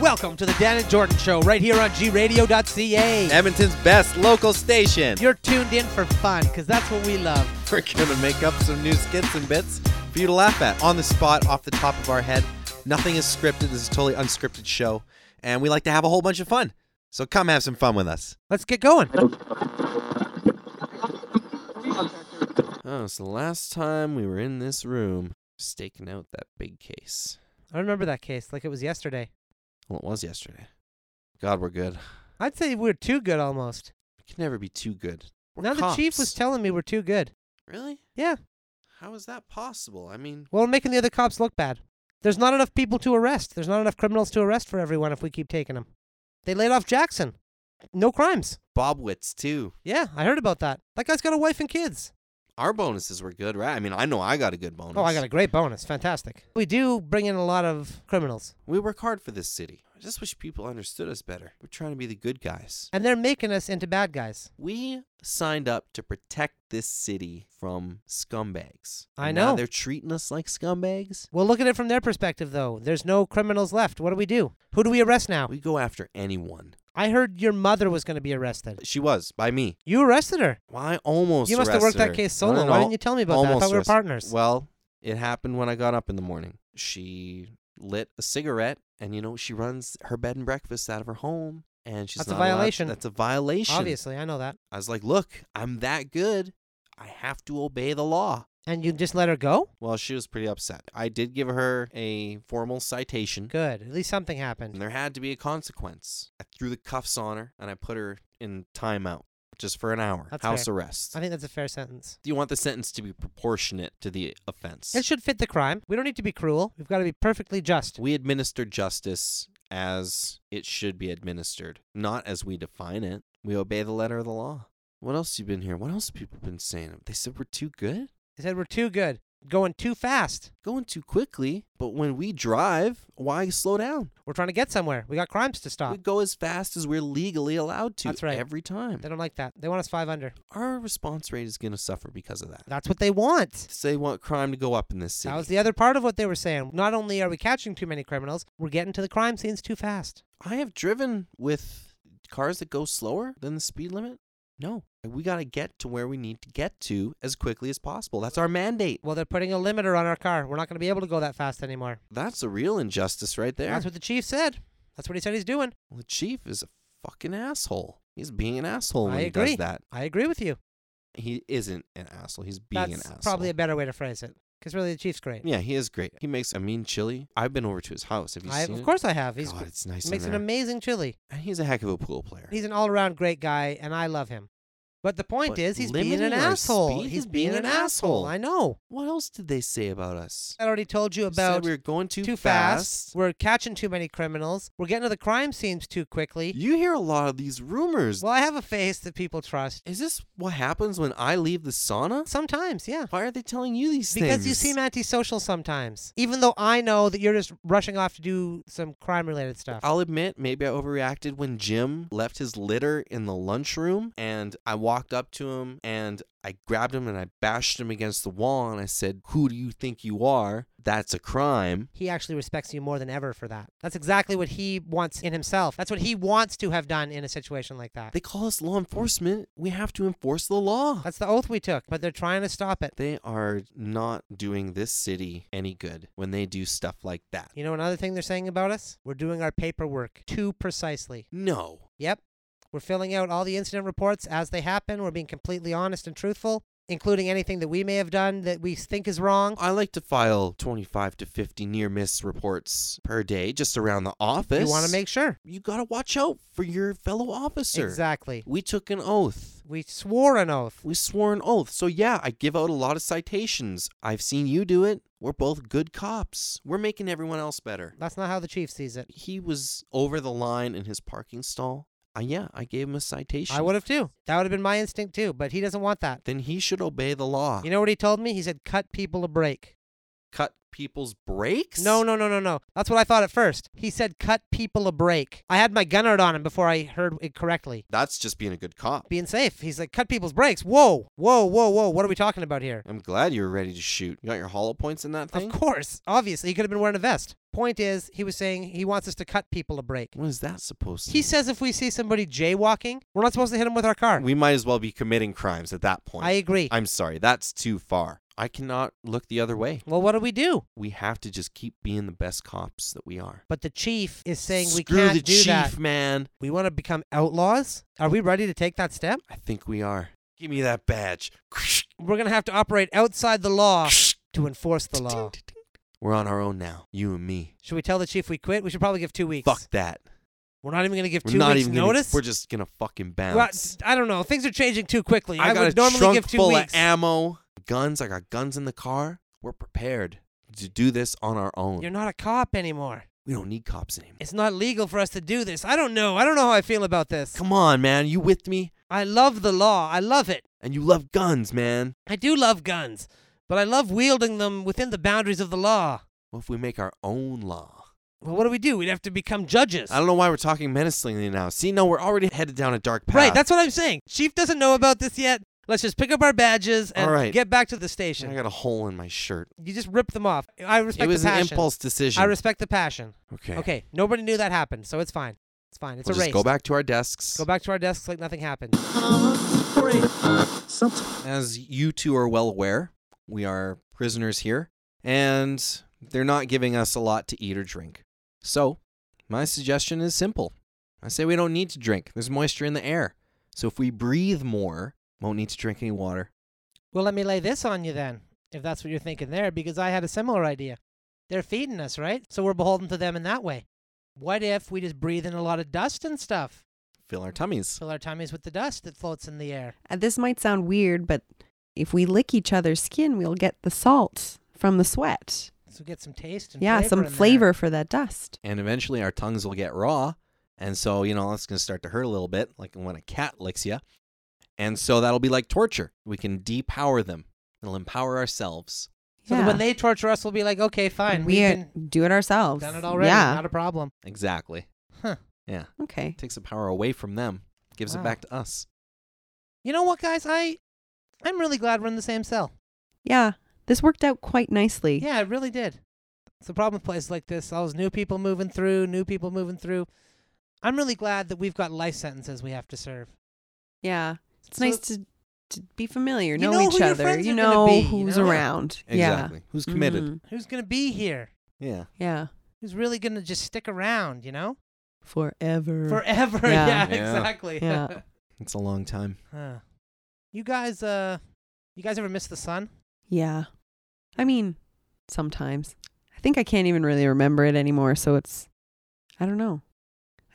Welcome to the Dan and Jordan Show right here on gradio.ca. Edmonton's best local station. You're tuned in for fun because that's what we love. We're gonna make up some new skits and bits for you to laugh at on the spot, off the top of our head. Nothing is scripted. This is a totally unscripted show, and we like to have a whole bunch of fun. So come have some fun with us. Let's get going. Oh, it's the last time we were in this room staking out that big case. I remember that case like it was yesterday. Well, it was yesterday. God, we're good. I'd say we're too good almost. We can never be too good. We're now the chief cops. was telling me we're too good. really. Yeah. How is that possible? I mean, Well, we're making the other cops look bad. There's not enough people to arrest. There's not enough criminals to arrest for everyone if we keep taking them. They laid off Jackson. No crimes. Bobwits too. Yeah, I heard about that. That guy's got a wife and kids. Our bonuses were good, right? I mean, I know I got a good bonus. Oh, I got a great bonus. Fantastic. We do bring in a lot of criminals, We work hard for this city. I just wish people understood us better. We're trying to be the good guys. and they're making us into bad guys. We signed up to protect this city from scumbags. I And now know. they're treating us like scumbags. Well, look at it from their perspective, though. There's no criminals left. What do we do? Who do we arrest now? We go after anyone. I heard your mother was going to be arrested. She was by me. You arrested her. Well, I almost. You must have worked arrested that her. case No, solo. no, Why no. didn't you tell me about that? I almost thought we were arrested- partners. Well, it happened when I got up in the morning. She lit a cigarette, and you know she runs her bed and breakfast out of her home, and she's That's a not allowed- violation. that's a violation. Obviously, I know that. I was like, look, I'm that good. I have to obey the law. And you just let her go? Well, she was pretty upset. I did give her a formal citation, Good. At least something happened. and there had to be a consequence. I threw the cuffs on her, and I put her in timeout just for an hour, That's house fair. arrest. I think that's a fair sentence. Do you want the sentence to be proportionate to the offense? It should fit the crime. We don't need to be cruel. We've got to be perfectly just. We administer justice as it should be administered, not as we define it. We obey the letter of the law. What else you been here? What else people been saying? They said we're too good, They said we're too good, going too fast. going too quickly. But when we drive, why slow down? We're trying to get somewhere. We got crimes to stop. We go as fast as we're legally allowed to. That's right. Every time, They don't like that. They want us five under. our response rate is going to suffer because of that. That's what they want. They want crime to go up in this city. That was the other part of what they were saying. Not only are we catching too many criminals, we're getting to the crime scenes too fast. I have driven with cars that go slower than the speed limit. No, we got to get to where we need to get to as quickly as possible. That's our mandate. Well, they're putting a limiter on our car. We're not going to be able to go that fast anymore. That's a real injustice right there. That's what the chief said. That's what he said he's doing. Well, the chief is a fucking asshole. He's being an asshole when I he agree. does that. I agree with you. He isn't an asshole. He's being That's an asshole. probably a better way to phrase it. Because really, the chief's great. yeah, he is great. He makes a mean chili. I've been over to his house. Have you I, seen of it? course, I have. He's God, gr- it's nice in makes an there. amazing chili. And he's a heck of a pool player. He's an all-around great guy, and I love him. But the point But is, he's being an limiting our asshole. speed He's is being being an an asshole. asshole. I know. what else did they say about us? I already told you They about said we were going too, too fast. We're catching too many criminals. We're getting to the crime scenes too quickly. You hear a lot of these rumors. Well, I have a face that people trust. Is this what happens when I leave the sauna? Sometimes, yeah. Why are they telling you these things? Because you seem antisocial sometimes, even though I know that you're just rushing off to do some crime related stuff. I'll admit, maybe I overreacted when Jim left his litter in the lunchroom and I walked up to him and I grabbed him and I bashed him against the wall and I said, Who do you think you are? That's a crime. he actually respects you more than ever for that. That's exactly what he wants in himself. That's what he wants to have done in a situation like that. They call us law enforcement. We have to enforce the law. That's the oath we took, but they're trying to stop it. They are not doing this city any good when they do stuff like that. You know another thing they're saying about us? We're doing our paperwork too precisely. No. Yep. We're filling out all the incident reports as they happen. We're being completely honest and truthful, including anything that we may have done that we think is wrong. I like to file 25 to 50 near miss reports per day just around the office. We want to make sure. You got to watch out for your fellow officer. Exactly. We took an oath. We swore an oath. We swore an oath. So, yeah, I give out a lot of citations. I've seen you do it. We're both good cops. We're making everyone else better. That's not how the chief sees it. He was over the line in his parking stall. Uh, yeah, I gave him a citation. I would have too. That would have been my instinct too, but he doesn't want that. Then he should obey the law. You know what he told me? He said, cut people a break. cut people's brakes? No, no, no, no, no. That's what I thought at first. He said cut people a break. I had my gunner on him before I heard it correctly. That's just being a good cop. Being safe. He's like, cut people's brakes. Whoa, whoa, whoa, whoa. What are we talking about here? I'm glad you were ready to shoot. You got your hollow points in that thing? Of course. Obviously, he could have been wearing a vest. Point is, he was saying he wants us to cut people a break. What is that supposed to He says if we see somebody jaywalking, we're not supposed to hit him with our car. mean? We might as well be committing crimes at that point. I agree. I'm sorry, that's too far. I cannot look the other way. well, what do we do? We have to just keep being the best cops that we are. But the chief is saying we Screw can't the do chief, that. man. We want to become outlaws? Are we ready to take that step? I think we are. Give me that badge. We're going to have to operate outside the law to enforce the law. We're on our own now, you and me. Should we tell the chief we quit? We should probably give two weeks. Fuck that. We're not even going to give We're 2 not weeks even notice. Gonna, we're just gonna fucking Well, bounce. I don't know. Things are changing too quickly. I, I got would a normally trunk give two full weeks. of ammo, guns. I got guns in the car. We're prepared to do this on our own. You're not a cop anymore. we don't need cops anymore. It's not legal for us to do this. I don't know. I don't know how I feel about this. Come on, man. You with me? I love the law. I love it. And you love guns, man. I do love guns, but I love wielding them within the boundaries of the law. What if we make our own law? Well, what do we do? We'd have to become judges. I don't know why we're talking menacingly now. See, no, we're already headed down a dark path. Right, that's what I'm saying. Chief doesn't know about this yet. Let's just pick up our badges and All right. get back to the I station. got a hole in my shirt. You just rip them off. I respect it was the an passion. impulse decision. I respect the passion. okay. Okay. nobody knew that happened, so it's fine. It's fine. It's a We'll just race. go back to our desks. Go back to our desks like nothing happened. As you two are well aware, we are prisoners here, and they're not giving us a lot to eat or drink. So, my suggestion is simple. I say we don't need to drink. There's moisture in the air. So if we breathe more, won't need to drink any water. Well, let me lay this on you then, if that's what you're thinking there, because I had a similar idea. They're feeding us, right? So we're beholden to them in that way. What if we just breathe in a lot of dust and stuff? Fill our tummies. Fill our tummies with the dust that floats in the air. Uh, This might sound weird, but if we lick each other's skin, we'll get the salt from the sweat. So we get some taste and yeah, flavor some in there. flavor for that dust. And eventually our tongues will get raw. And so, you know, that's going to start to hurt a little bit, like when a cat licks you. And so that'll be like torture. We can depower them. It'll empower ourselves. So that when they torture us, we'll be like, okay, fine. we have uh, do it ourselves. done it already. Yeah. Not a problem. Exactly. Huh. Yeah. okay. takes the power away from them, gives Wow. it back to us. You know what, guys? I, I'm really glad we're in the same cell. Yeah. This worked out quite nicely. Yeah, it really did. It's the problem with places like this. All those new people moving through, new people moving through. I'm really glad that we've got life sentences we have to serve. Yeah. It's So- nice to, to be familiar, You know, know each who your other. friends You are gonna know be, you who's know? around. Exactly. Who's Yeah. committed? Mhm. Who's gonna be here? Yeah. Yeah. Who's really gonna just stick around? You know, Forever. forever. Yeah, Yeah. Yeah. exactly. Yeah. It's a long time. Huh. You guys, uh, you guys ever miss the sun? yeah. I mean, sometimes. I think I can't even really remember it anymore. So it's, I don't know.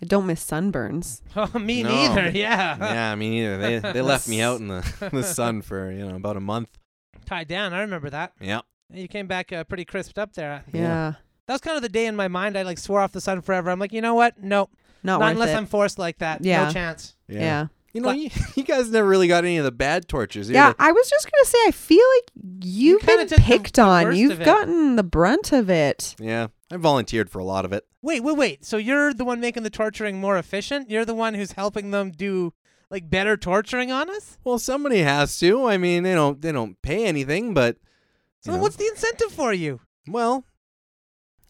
I don't miss sunburns. Oh, me No. neither. Yeah. yeah, me neither. They they left me out in the, the sun for, you know, about a month. Tied down. I remember that. Yeah. You came back uh, pretty crisped up there. Yeah. Yeah. That was kind of the day in my mind. I like swore off the sun forever. I'm like, you know what? Nope. Not, worth unless it. I'm forced like that. No Yeah. chance. yeah. Yeah. You know, But- you, you guys never really got any of the bad tortures. either. I was just going to say, I feel like you've kinda been took the- picked the on. worst of You've it. gotten the brunt of it. Yeah. I volunteered for a lot of it. Wait, wait, wait. So you're the one making the torturing more efficient? You're the one who's helping them do like better torturing on us? Well, somebody has to. I mean, they don't they don't pay anything, but So you then know. what's the incentive for you? well,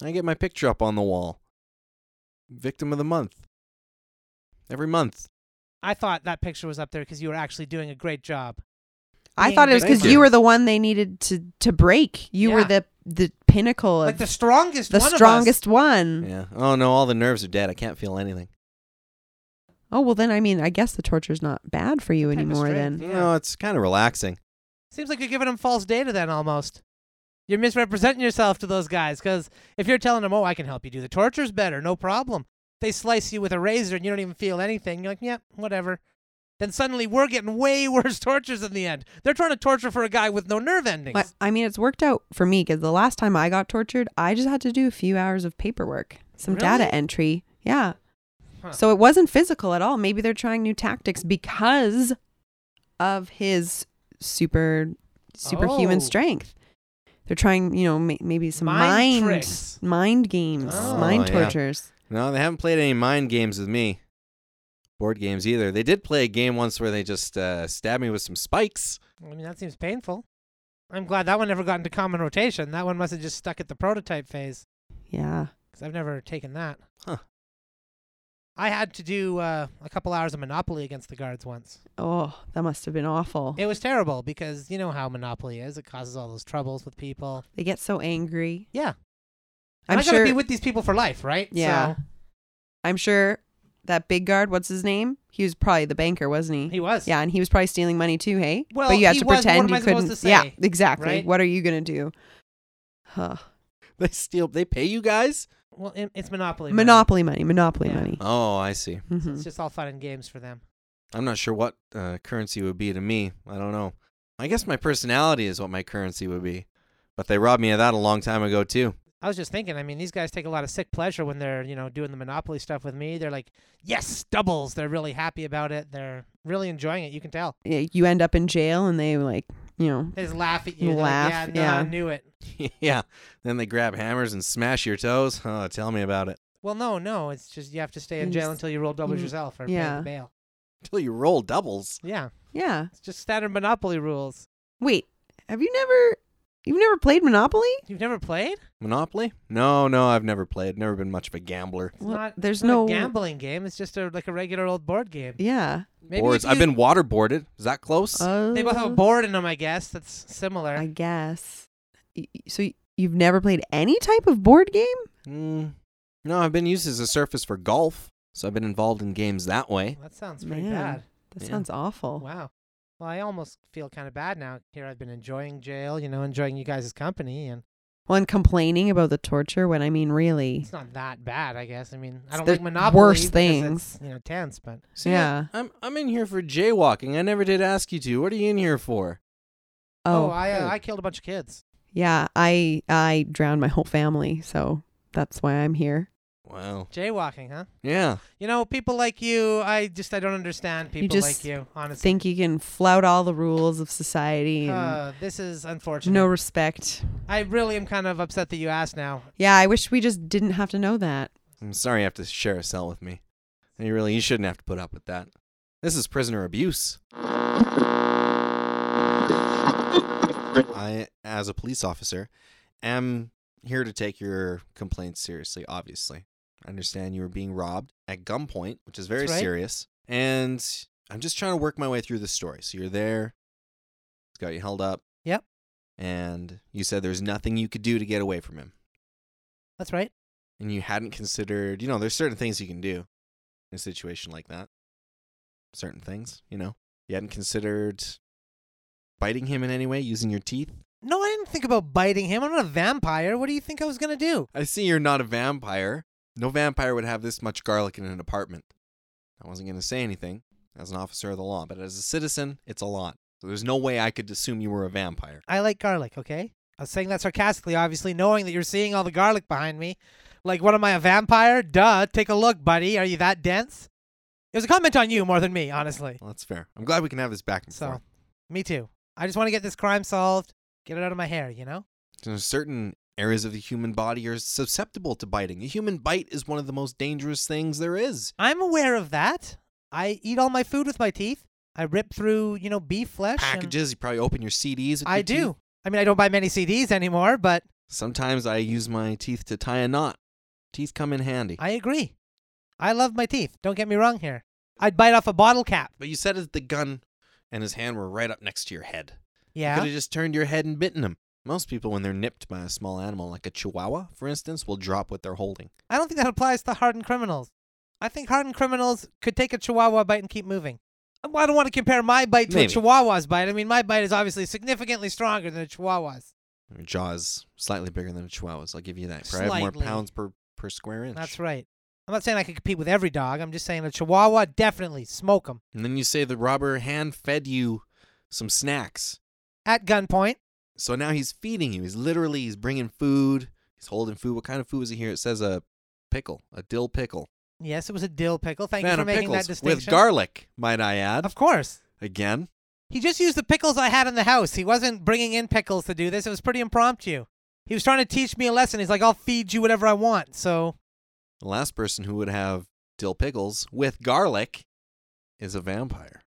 I get my picture up on the wall. Victim of the month. Every month. I thought that picture was up there because you were actually doing a great job. I Being thought it was because Thank you you. were the one they needed to, to break. You Yeah. were the, the pinnacle of Like the strongest the one strongest one. Yeah. Oh no, all the nerves are dead. I can't feel anything. Oh well, then I mean, I guess the torture's not bad for you Type of anymore. strength. Then Yeah. No, it's kind of relaxing. Of us. Seems like you're giving them false data then almost. You're misrepresenting yourself to those guys because if you're telling them, oh, I can help you do the tortures better, no problem. They slice you with a razor and you don't even feel anything. You're like, yeah, whatever. Then suddenly we're getting way worse tortures in the end. They're trying to torture for a guy with no nerve endings. But, I mean, it's worked out for me because the last time I got tortured, I just had to do a few hours of paperwork, some Really? data entry. Yeah. Huh. So it wasn't physical at all. Maybe they're trying new tactics because of his super superhuman Oh. strength. They're trying, you know, ma- maybe some Mind mind tricks. mind games, Oh, mind yeah. tortures. No, they haven't played any mind games with me. Board games either. They did play a game once where they just uh, stabbed me with some spikes. I mean, that seems painful. I'm glad that one never got into common rotation. That one must have just stuck at the prototype phase Yeah. because I've never taken that. Huh. I had to do uh, a couple hours of Monopoly against the guards once. Oh, that must have been awful. It was terrible because you know how Monopoly is. It causes all those troubles with people. They get so angry. Yeah. I'm I'm, sure. gonna be with these people for life, right? Yeah. I'm sure that big guard. What's his name? He was probably the banker, wasn't So he was. Yeah, and he was probably stealing money too, hey? Well, but you had he to was. What pretend am you I supposed couldn't. to yeah, say, exactly. right? What are you gonna do? Huh. They steal. They pay you guys? Well, it, it's Monopoly. man. Monopoly money, monopoly Yeah. money. Oh, I see. So hmm It's just all fun and games for them. I'm not sure what uh, currency would be to me. I don't know. I guess my personality is what my currency would be. But they robbed me of that a long time ago too. I was just thinking. I mean, these guys take a lot of sick pleasure when they're, you know, doing the Monopoly stuff with me. They're like, yes, doubles. They're really happy about it. They're really enjoying it. You can tell. Yeah, You end up in jail and they like, you know, They just laugh at you. They're like, Laugh, yeah, no, I yeah. knew it. yeah. Then they grab hammers and smash your toes. Oh, tell me about it. Well, no, no. It's just you have to stay in You jail just- until you roll doubles you- yourself or pay mm, yeah. the bail. Till you roll doubles. Yeah, yeah. it's just standard Monopoly rules. Wait, have you never you've never played Monopoly? You've never played? Monopoly? No, no, I've never played. Never been much of a gambler. It's Well, not. there's it's not no- a gambling game. It's just a like a regular old board game. Yeah. Maybe Boards. if I've you- been waterboarded. Is that close? Oh, They both have a board in them, I guess. That's similar. I guess. Y- y- So y- you've never played any type of board game? Mm, no, I've been used as a surface for golf, so I've been involved in games that way. Well, that sounds pretty Man. bad. That Yeah. sounds awful. Wow. Well, I almost feel kind of bad now. Here I've been enjoying jail, you know, enjoying you guys' company, and Well, and complaining about the torture when I mean really. it's not that bad, I guess. I mean, I It's don't the like Monopoly. worst because it's, things. you know, tense, but See, Yeah. I, am I'm in here for jaywalking. I never did ask you to. What are you in here for? oh, Oh, I uh, good. I killed a bunch of kids. yeah, I I drowned my whole family, so that's why I'm here. Wow. Jaywalking, huh? Yeah. You know, people like you, I just I don't understand people like just you, honestly. Think you can flout all the rules of society and uh, this is unfortunate. no respect. I really am kind of upset that you asked now. Yeah, I wish we just didn't have to know that. I'm sorry you have to share a cell with me. You really you shouldn't have to put up with that. This is prisoner abuse. I, as a police officer, am here to take your complaints seriously, obviously. I understand you were being robbed at gunpoint, which is very That's right. serious. And I'm just trying to work my way through the story. So you're there, it's got you held up. Yep. And you said there's nothing you could do to get away from him That's right. and you hadn't considered, you know, there's certain things you can do in a situation like that. Certain things, you know. You hadn't considered biting him in any way, using your teeth. No, I didn't think about biting him. I'm not a vampire. What do you think I was gonna do? I see you're not a vampire. No vampire would have this much garlic in an apartment. I wasn't going to say anything as an officer of the law, but as a citizen, it's a lot. So there's no way I could assume you were a vampire. I like garlic, okay? I was saying that sarcastically, obviously, knowing that you're seeing all the garlic behind me. Like, what am I, a vampire? Duh. Take a look, buddy. Are you that dense? It was a comment on you more than me, honestly. Well, that's fair. I'm glad we can have this back and forth. So, me too. I just want to get this crime solved, get it out of my hair, you know? You know, certain areas of the human body are susceptible to biting. A human bite is one of the most dangerous things there is. I'm aware of that. I eat all my food with my teeth. I rip through, you know, beef flesh. and Packages, you probably open your CDs. With I your do. teeth. I mean, I don't buy many CDs anymore, but Sometimes I use my teeth to tie a knot. Teeth come in handy. I agree. I love my teeth. Don't get me wrong here. I'd bite off a bottle cap. But you said that the gun and his hand were right up next to your head. You Yeah. could have just turned your head and bitten him. Most people, when they're nipped by a small animal, like a chihuahua, for instance, will drop what they're holding. I don't think that applies to hardened criminals. I think hardened criminals could take a chihuahua bite and keep moving. Um, I don't want to compare my bite to Maybe. a chihuahua's bite. I mean, my bite is obviously significantly stronger than a chihuahua's. Your jaw is slightly bigger than a chihuahua's. I'll give you that. Probably have Slightly. more pounds per, per square inch. That's right. I'm not saying I could compete with every dog. I'm just saying a chihuahua, definitely smoke them And then you say the robber hand fed you some snacks. at gunpoint. So now he's feeding you. He's literally he's bringing food. He's holding food. What kind of food is it here? It says a pickle, a dill pickle. Yes, it was a dill pickle. Thank Fan you for of making that pickles distinction. with garlic, might I add? Of course. Again, He just used the pickles I had in the house. He wasn't bringing in pickles to do this. It was pretty impromptu. He was trying to teach me a lesson. He's like, I'll feed you whatever I want. So, The last person who would have dill pickles with garlic is a vampire.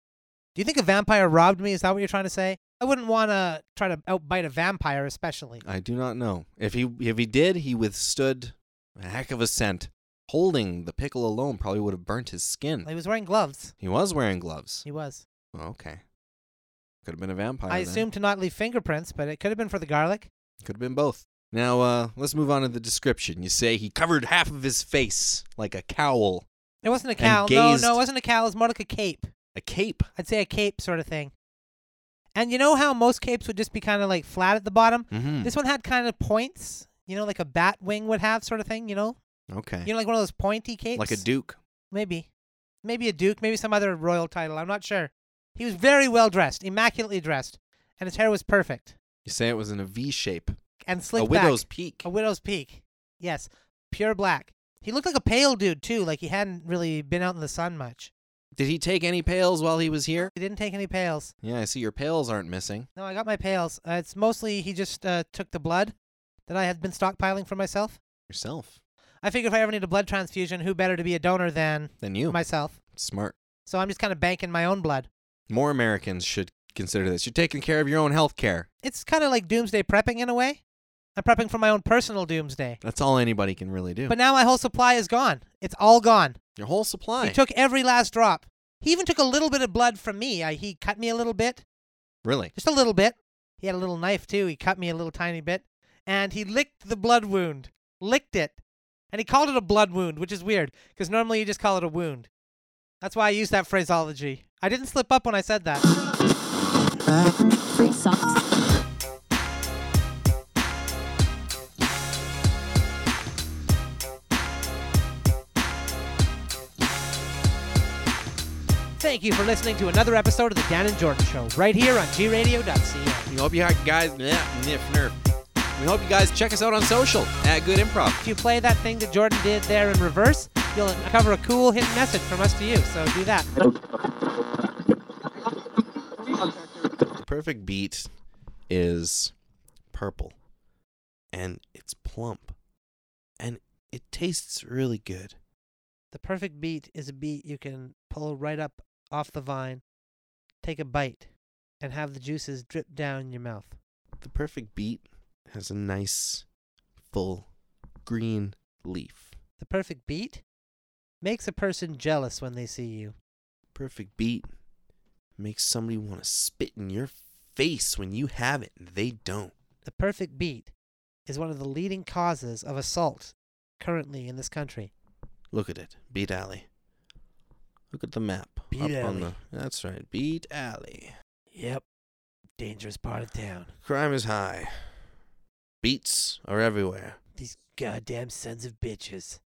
do you think a vampire robbed me? Is that what you're trying to say? I wouldn't want to try to outbite a vampire, especially. I do not know. If he if he did, he withstood a heck of a scent. Holding the pickle alone probably would have burnt his skin. He was wearing gloves. He was wearing gloves. He was. Oh, okay. Could have been a vampire. I then. assumed to not leave fingerprints, but it could have been for the garlic. Could have been both. Now, uh, let's move on to the description. You say he covered half of his face like a cowl, It wasn't a And cowl. No, gazed- no, it wasn't a cowl. It was more like a cape. a cape. I'd say a cape sort of thing. And you know how most capes would just be kind of like flat at the bottom? Mm-hmm. This one had kind of points, you know, like a bat wing would have sort of thing, you know? okay. You know, like one of those pointy capes? like a duke. Maybe. Maybe a duke, maybe some other royal title. I'm not sure. He was very well dressed, immaculately dressed, and his hair was perfect You say it was in a V shape, and slick a back. widow's peak. A widow's peak. Yes, pure black. He looked like a pale dude too, like he hadn't really been out in the sun much. Did he take any pails while he was here? He didn't take any pails. Yeah, I see your pails aren't missing. No, I got my pails. Uh, it's mostly he just uh, took the blood that I had been stockpiling for myself. Yourself. I figure if I ever need a blood transfusion, who better to be a donor than Than you. myself? Smart. So I'm just kind of banking my own blood. More Americans should consider this. You're taking care of your own health care. It's kind of like doomsday prepping in a way. I'm prepping for my own personal doomsday. That's all anybody can really do. But now my whole supply is gone. It's all gone. your whole supply. He took every last drop. He even took a little bit of blood from me. I, he cut me a little bit, really? just a little bit. He had a little knife too. He cut me a little tiny bit, and he licked the blood wound. Licked it, and he called it a blood wound, which is weird because normally you just call it a wound. That's why I use that phraseology. I didn't slip up when I said that. Free socks. Thank you for listening to another episode of the Dan and Jordan Show, right here on gradio.ca. We hope you guys. Yeah, nif nerf. We hope you guys check us out on social at Good Improv. If you play that thing that Jordan did there in reverse, you'll uncover a cool hidden message from us to you. So do that. The perfect beat is purple and it's plump and it tastes really good. The perfect beat is a beat you can pull right up off the vine, take a bite, and have the juices drip down your mouth. The perfect beat has a nice full green leaf. The perfect beat makes a person jealous when they see you. Perfect beat makes somebody want to spit in your face when you have it and they don't. The perfect beat is one of the leading causes of assault currently in this country. Look at it. Beat Alley. Look at the map. Beat Alley. the, that's right. Beat Alley. Yep. Dangerous part of town. Crime is high. Beats are everywhere. These goddamn sons of bitches.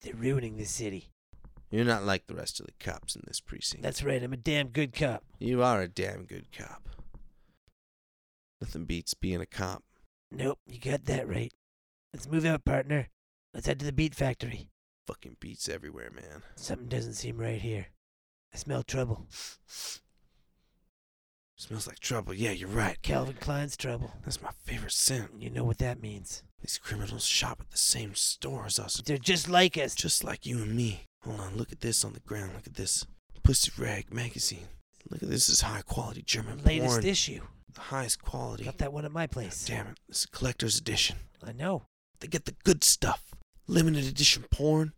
They're ruining the city. You're not like the rest of the cops in this precinct. That's right, I'm a damn good cop. you are a damn good cop. Nothing beats being a cop. Nope, you got that right. Let's move out, partner. Let's head to the beat factory. Fucking beats everywhere, man. Something doesn't seem right here. I smell trouble. Smells like trouble. Yeah, you're right. Calvin Klein's trouble. That's my favorite scent. You know what that means. These criminals shop at the same store as us, They're just like us. just like you and me. Hold on, look at this on the ground. Look at this Pussy Rag magazine. Look at this is high quality German Latest porn. issue. the highest quality. Got that one at my place. Damn it, this is a collector's edition. I know. They get the good stuff. Limited edition porn.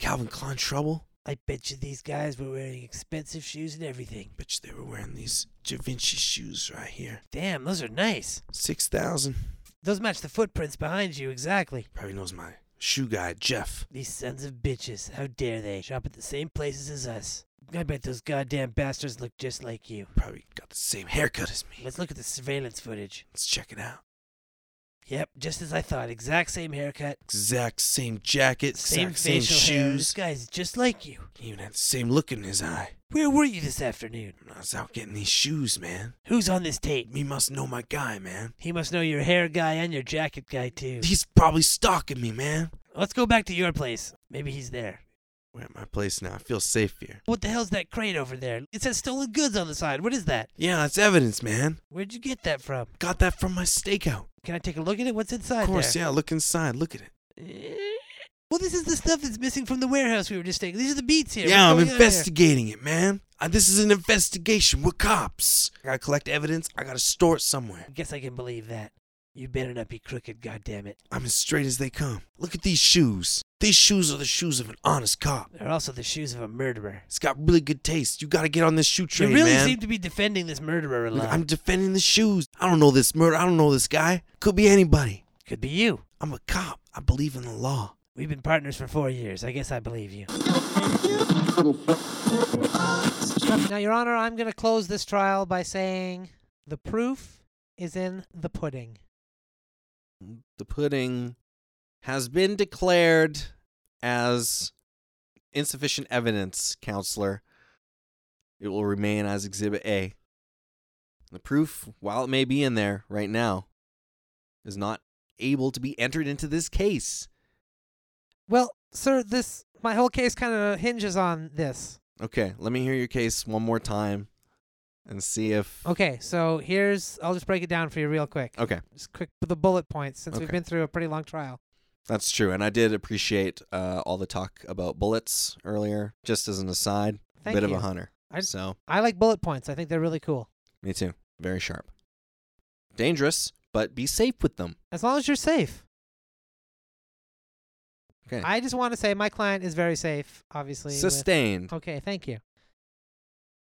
Calvin Klein trouble. I bet you these guys were wearing expensive shoes and everything. Bitch, they were wearing these Da Vinci shoes right here. Damn, those are nice. Six thousand. Those match the footprints behind you exactly. Probably knows my shoe guy, Jeff. These sons of bitches, how dare they shop at the same places as us? I bet those goddamn bastards look just like you. Probably got the same haircut as me. Let's look at the surveillance footage. Let's check it out. Yep, just as I thought. Exact same haircut, Exact same jacket, same exact same facial hair. This shoes. guy's just like you. He even had the same look in his eye. Where were you this afternoon? When I was out getting these shoes, man. Who's on this tape? Me must know my guy, man. He must know your hair guy and your jacket guy too. He's probably stalking me, man. Let's go back to your place. Maybe he's there. We're at my place now. I feel safe here. What the hell's that crate over there? It says stolen goods on the side. What is that? Yeah, it's evidence, man. Where'd you get that from? Got that from my stakeout. Can I take a look at it? What's inside Of course, there? yeah. Look inside. Look at it. Eh? Well, this is the stuff that's missing from the warehouse we were just taking. These are the beats here. Yeah, I'm What's going on here? investigating it, man. Uh, this is an investigation. We're cops. I gotta collect evidence. I gotta store it somewhere. I guess I can believe that. You better not be crooked, goddammit. I'm as straight as they come. Look at these shoes. These shoes are the shoes of an honest cop. They're also the shoes of a murderer. It's got really good taste. You gotta get on this shoe train, you really man. seem to be defending this murderer a Look, lot. I'm defending the shoes. I don't know this murder. I don't know this guy. Could be anybody. Could be you. I'm a cop. I believe in the law. We've been partners for four years. I guess I believe you. Now, Your Honor, I'm going to close this trial by saying the proof is in the pudding. The pudding has been declared as insufficient evidence, counselor. It will remain as Exhibit A. The proof, while it may be in there right now, is not able to be entered into this case. Well, sir, this my whole case kind of hinges on this. Okay, let me hear your case one more time and see if. Okay, so here's I'll just break it down for you real quick. Okay, Just quick with the bullet points since we've Okay. been through a pretty long trial. that's true. And I did appreciate uh, all the talk about bullets earlier, just as an aside. Thank bit you. of a hunter. I- so. I like bullet points. I think they're really cool. Me too. Very sharp. Dangerous, but be safe with them. As long as you're safe. Okay. I just want to say my client is very safe, obviously. with- Sustained. Okay, thank you.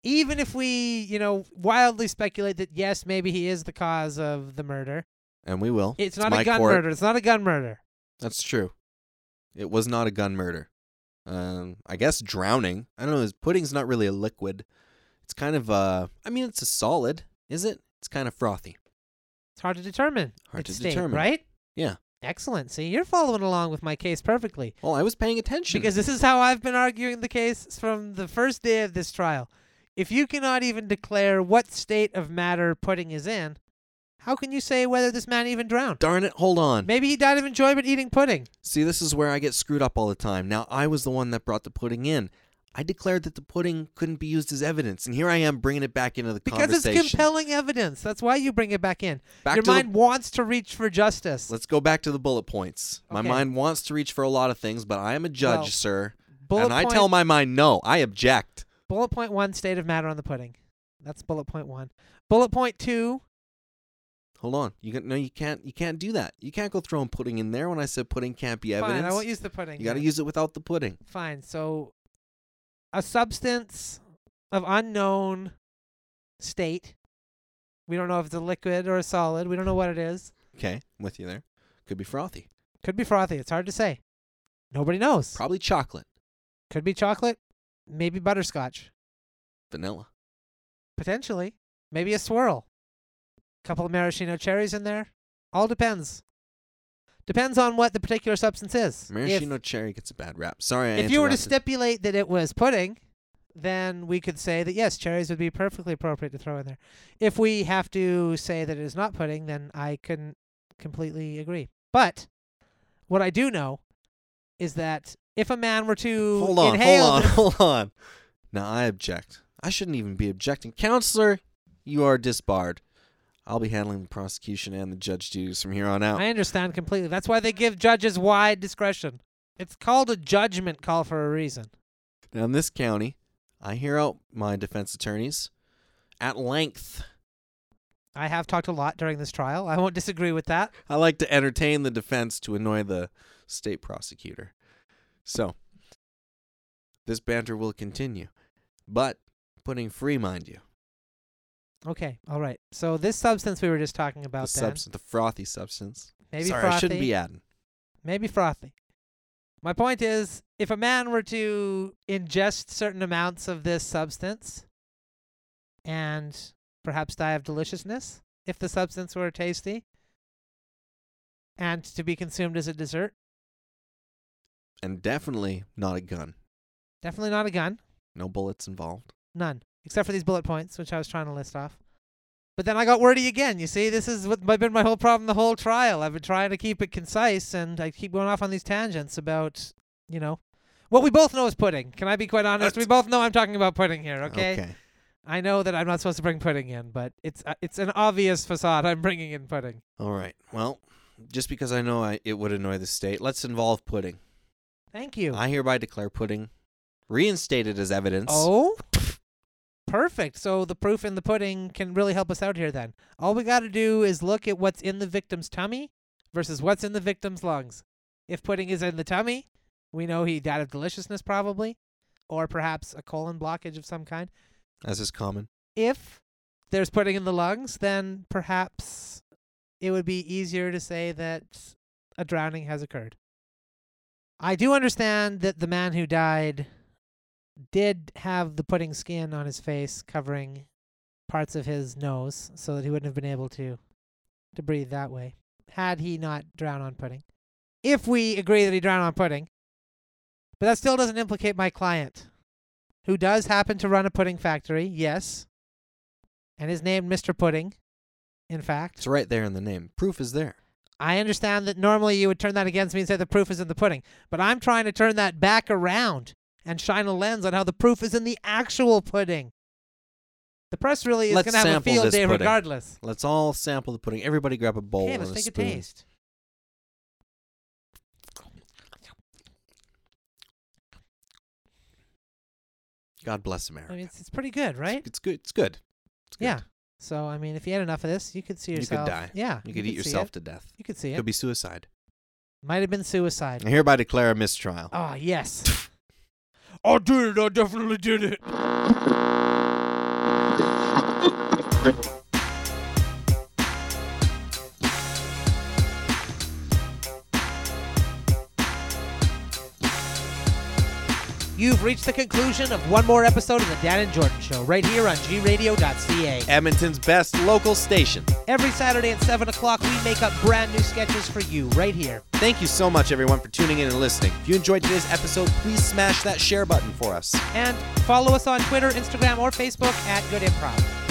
Even if we, you know, wildly speculate that yes, maybe he is the cause of the murder. And we will. It's not my a gun court. murder. It's not a gun murder. That's true. It was not a gun murder. Um, I guess drowning. I don't know. His pudding's not really a liquid. It's kind of uh I mean, it's a solid, is it? It's kind of frothy. It's hard to determine. Hard at to state, determine. right? Yeah. Excellent. See, you're following along with my case perfectly Well, I was paying attention. because this is how I've been arguing the case from the first day of this trial. If you cannot even declare what state of matter pudding is in, how can you say whether this man even drowned? Darn it, hold on. Maybe he died of enjoyment eating pudding. See, this is where I get screwed up all the time. Now, I was the one that brought the pudding in. I declared that the pudding couldn't be used as evidence, and here I am bringing it back into the Because it's conversation. compelling evidence. That's why you bring it back in. Back Your to the- mind wants to reach for justice. Let's go back to the bullet points. My Okay. mind wants to reach for a lot of things, but I am a judge, Well, sir. bullet and I point- tell my mind no. I object. Bullet point one, state of matter on the pudding. That's bullet point one. Bullet point two, Hold on. You can, no, you can't. You can't do that. You can't go throwing pudding in there when I said pudding can't be evidence. fine, I won't use the pudding. you got to then. use it without the pudding. Fine, so a substance of unknown state. We don't know if it's a liquid or a solid. We don't know what it is. Okay, I'm with you there. Could be frothy. Could be frothy. It's hard to say. Nobody knows. Probably chocolate, Could be chocolate. Maybe butterscotch. vanilla. Potentially. Maybe a swirl. Couple of maraschino cherries in there. All depends. Depends on what the particular substance is. If- Maraschino cherry gets a bad rap. Sorry, I if you were to interrupted. stipulate that it was pudding, then we could say that yes, cherries would be perfectly appropriate to throw in there. If we have to say that it is not pudding, then I couldn't completely agree. But what I do know is that if a man were to hold on, inhale hold on, this- hold on. Now I object. I shouldn't even be objecting. Counselor, you are disbarred. I'll be handling the prosecution and the judge duties from here on out. I understand completely. That's why they give judges wide discretion. It's called a judgment call for a reason. Now, in this county, I hear out my defense attorneys at length. I have talked a lot during this trial. I won't disagree with that. I like to entertain the defense to annoy the state prosecutor. So, this banter will continue, but putting free, mind you, Okay, all right. So this substance we were just talking the about then, substance, the frothy substance. maybe Sorry, frothy, I shouldn't be adding. maybe frothy. My point is, if a man were to ingest certain amounts of this substance and perhaps die of deliciousness, if the substance were tasty and to be consumed as a dessert, and definitely not a gun. definitely not a gun. No bullets involved. None, except for these bullet points, which I was trying to list off. But then I got wordy again. You see, this is what my, been my whole problem the whole trial. I've been trying to keep it concise, and I keep going off on these tangents about, you know, What we both know is pudding. Can I be quite honest? We both know I'm talking about pudding here. Okay. okay. I know that I'm not supposed to bring pudding in, but it's uh, it's an obvious facade. I'm bringing in pudding. All right. Well, just because I know I, it would annoy the state, let's involve pudding. Thank you. I hereby declare pudding reinstated as evidence. Oh, perfect. So the proof in the pudding can really help us out here then. All we got to do is look at what's in the victim's tummy versus what's in the victim's lungs. If pudding is in the tummy, we know he died of deliciousness probably, or perhaps a colon blockage of some kind. as is common. If there's pudding in the lungs, then perhaps it would be easier to say that a drowning has occurred. I do understand that the man who died did have the pudding skin on his face covering parts of his nose so that he wouldn't have been able to to breathe that way had he not drowned on pudding. If we agree that he drowned on pudding. But that still doesn't implicate my client who does happen to run a pudding factory, yes. And is named Mr. Pudding, in fact. It's right there in the name. Proof is there. I understand that normally you would turn that against me and say the proof is in the pudding, but I'm trying to turn that back around and shine a lens on how the proof is in the actual pudding. The press really is Let's going to have a sample field this day pudding. regardless. Let's all sample the pudding. Everybody grab a bowl Okay, and let's a take spoon. a taste. God bless I America. mean, it's, it's pretty good, right? It's, it's good. It's good. It's good. Yeah. So, I mean, if you had enough of this, you could see You could yourself. die. Yeah. You could eat see yourself it. to death. You could see it. Could be suicide. Might have been suicide. I hereby declare a mistrial. Ah, yes. I did it. I definitely did it. You've reached the conclusion of one more episode of the Dan and Jordan Show right here on gradio.ca. Edmonton's best local station. Every Saturday at 7 o'clock, we make up brand new sketches for you right here. Thank you so much, everyone, for tuning in and listening. If you enjoyed today's episode, please smash that share button for us. And follow us on Twitter, Instagram, or Facebook at Good Improv.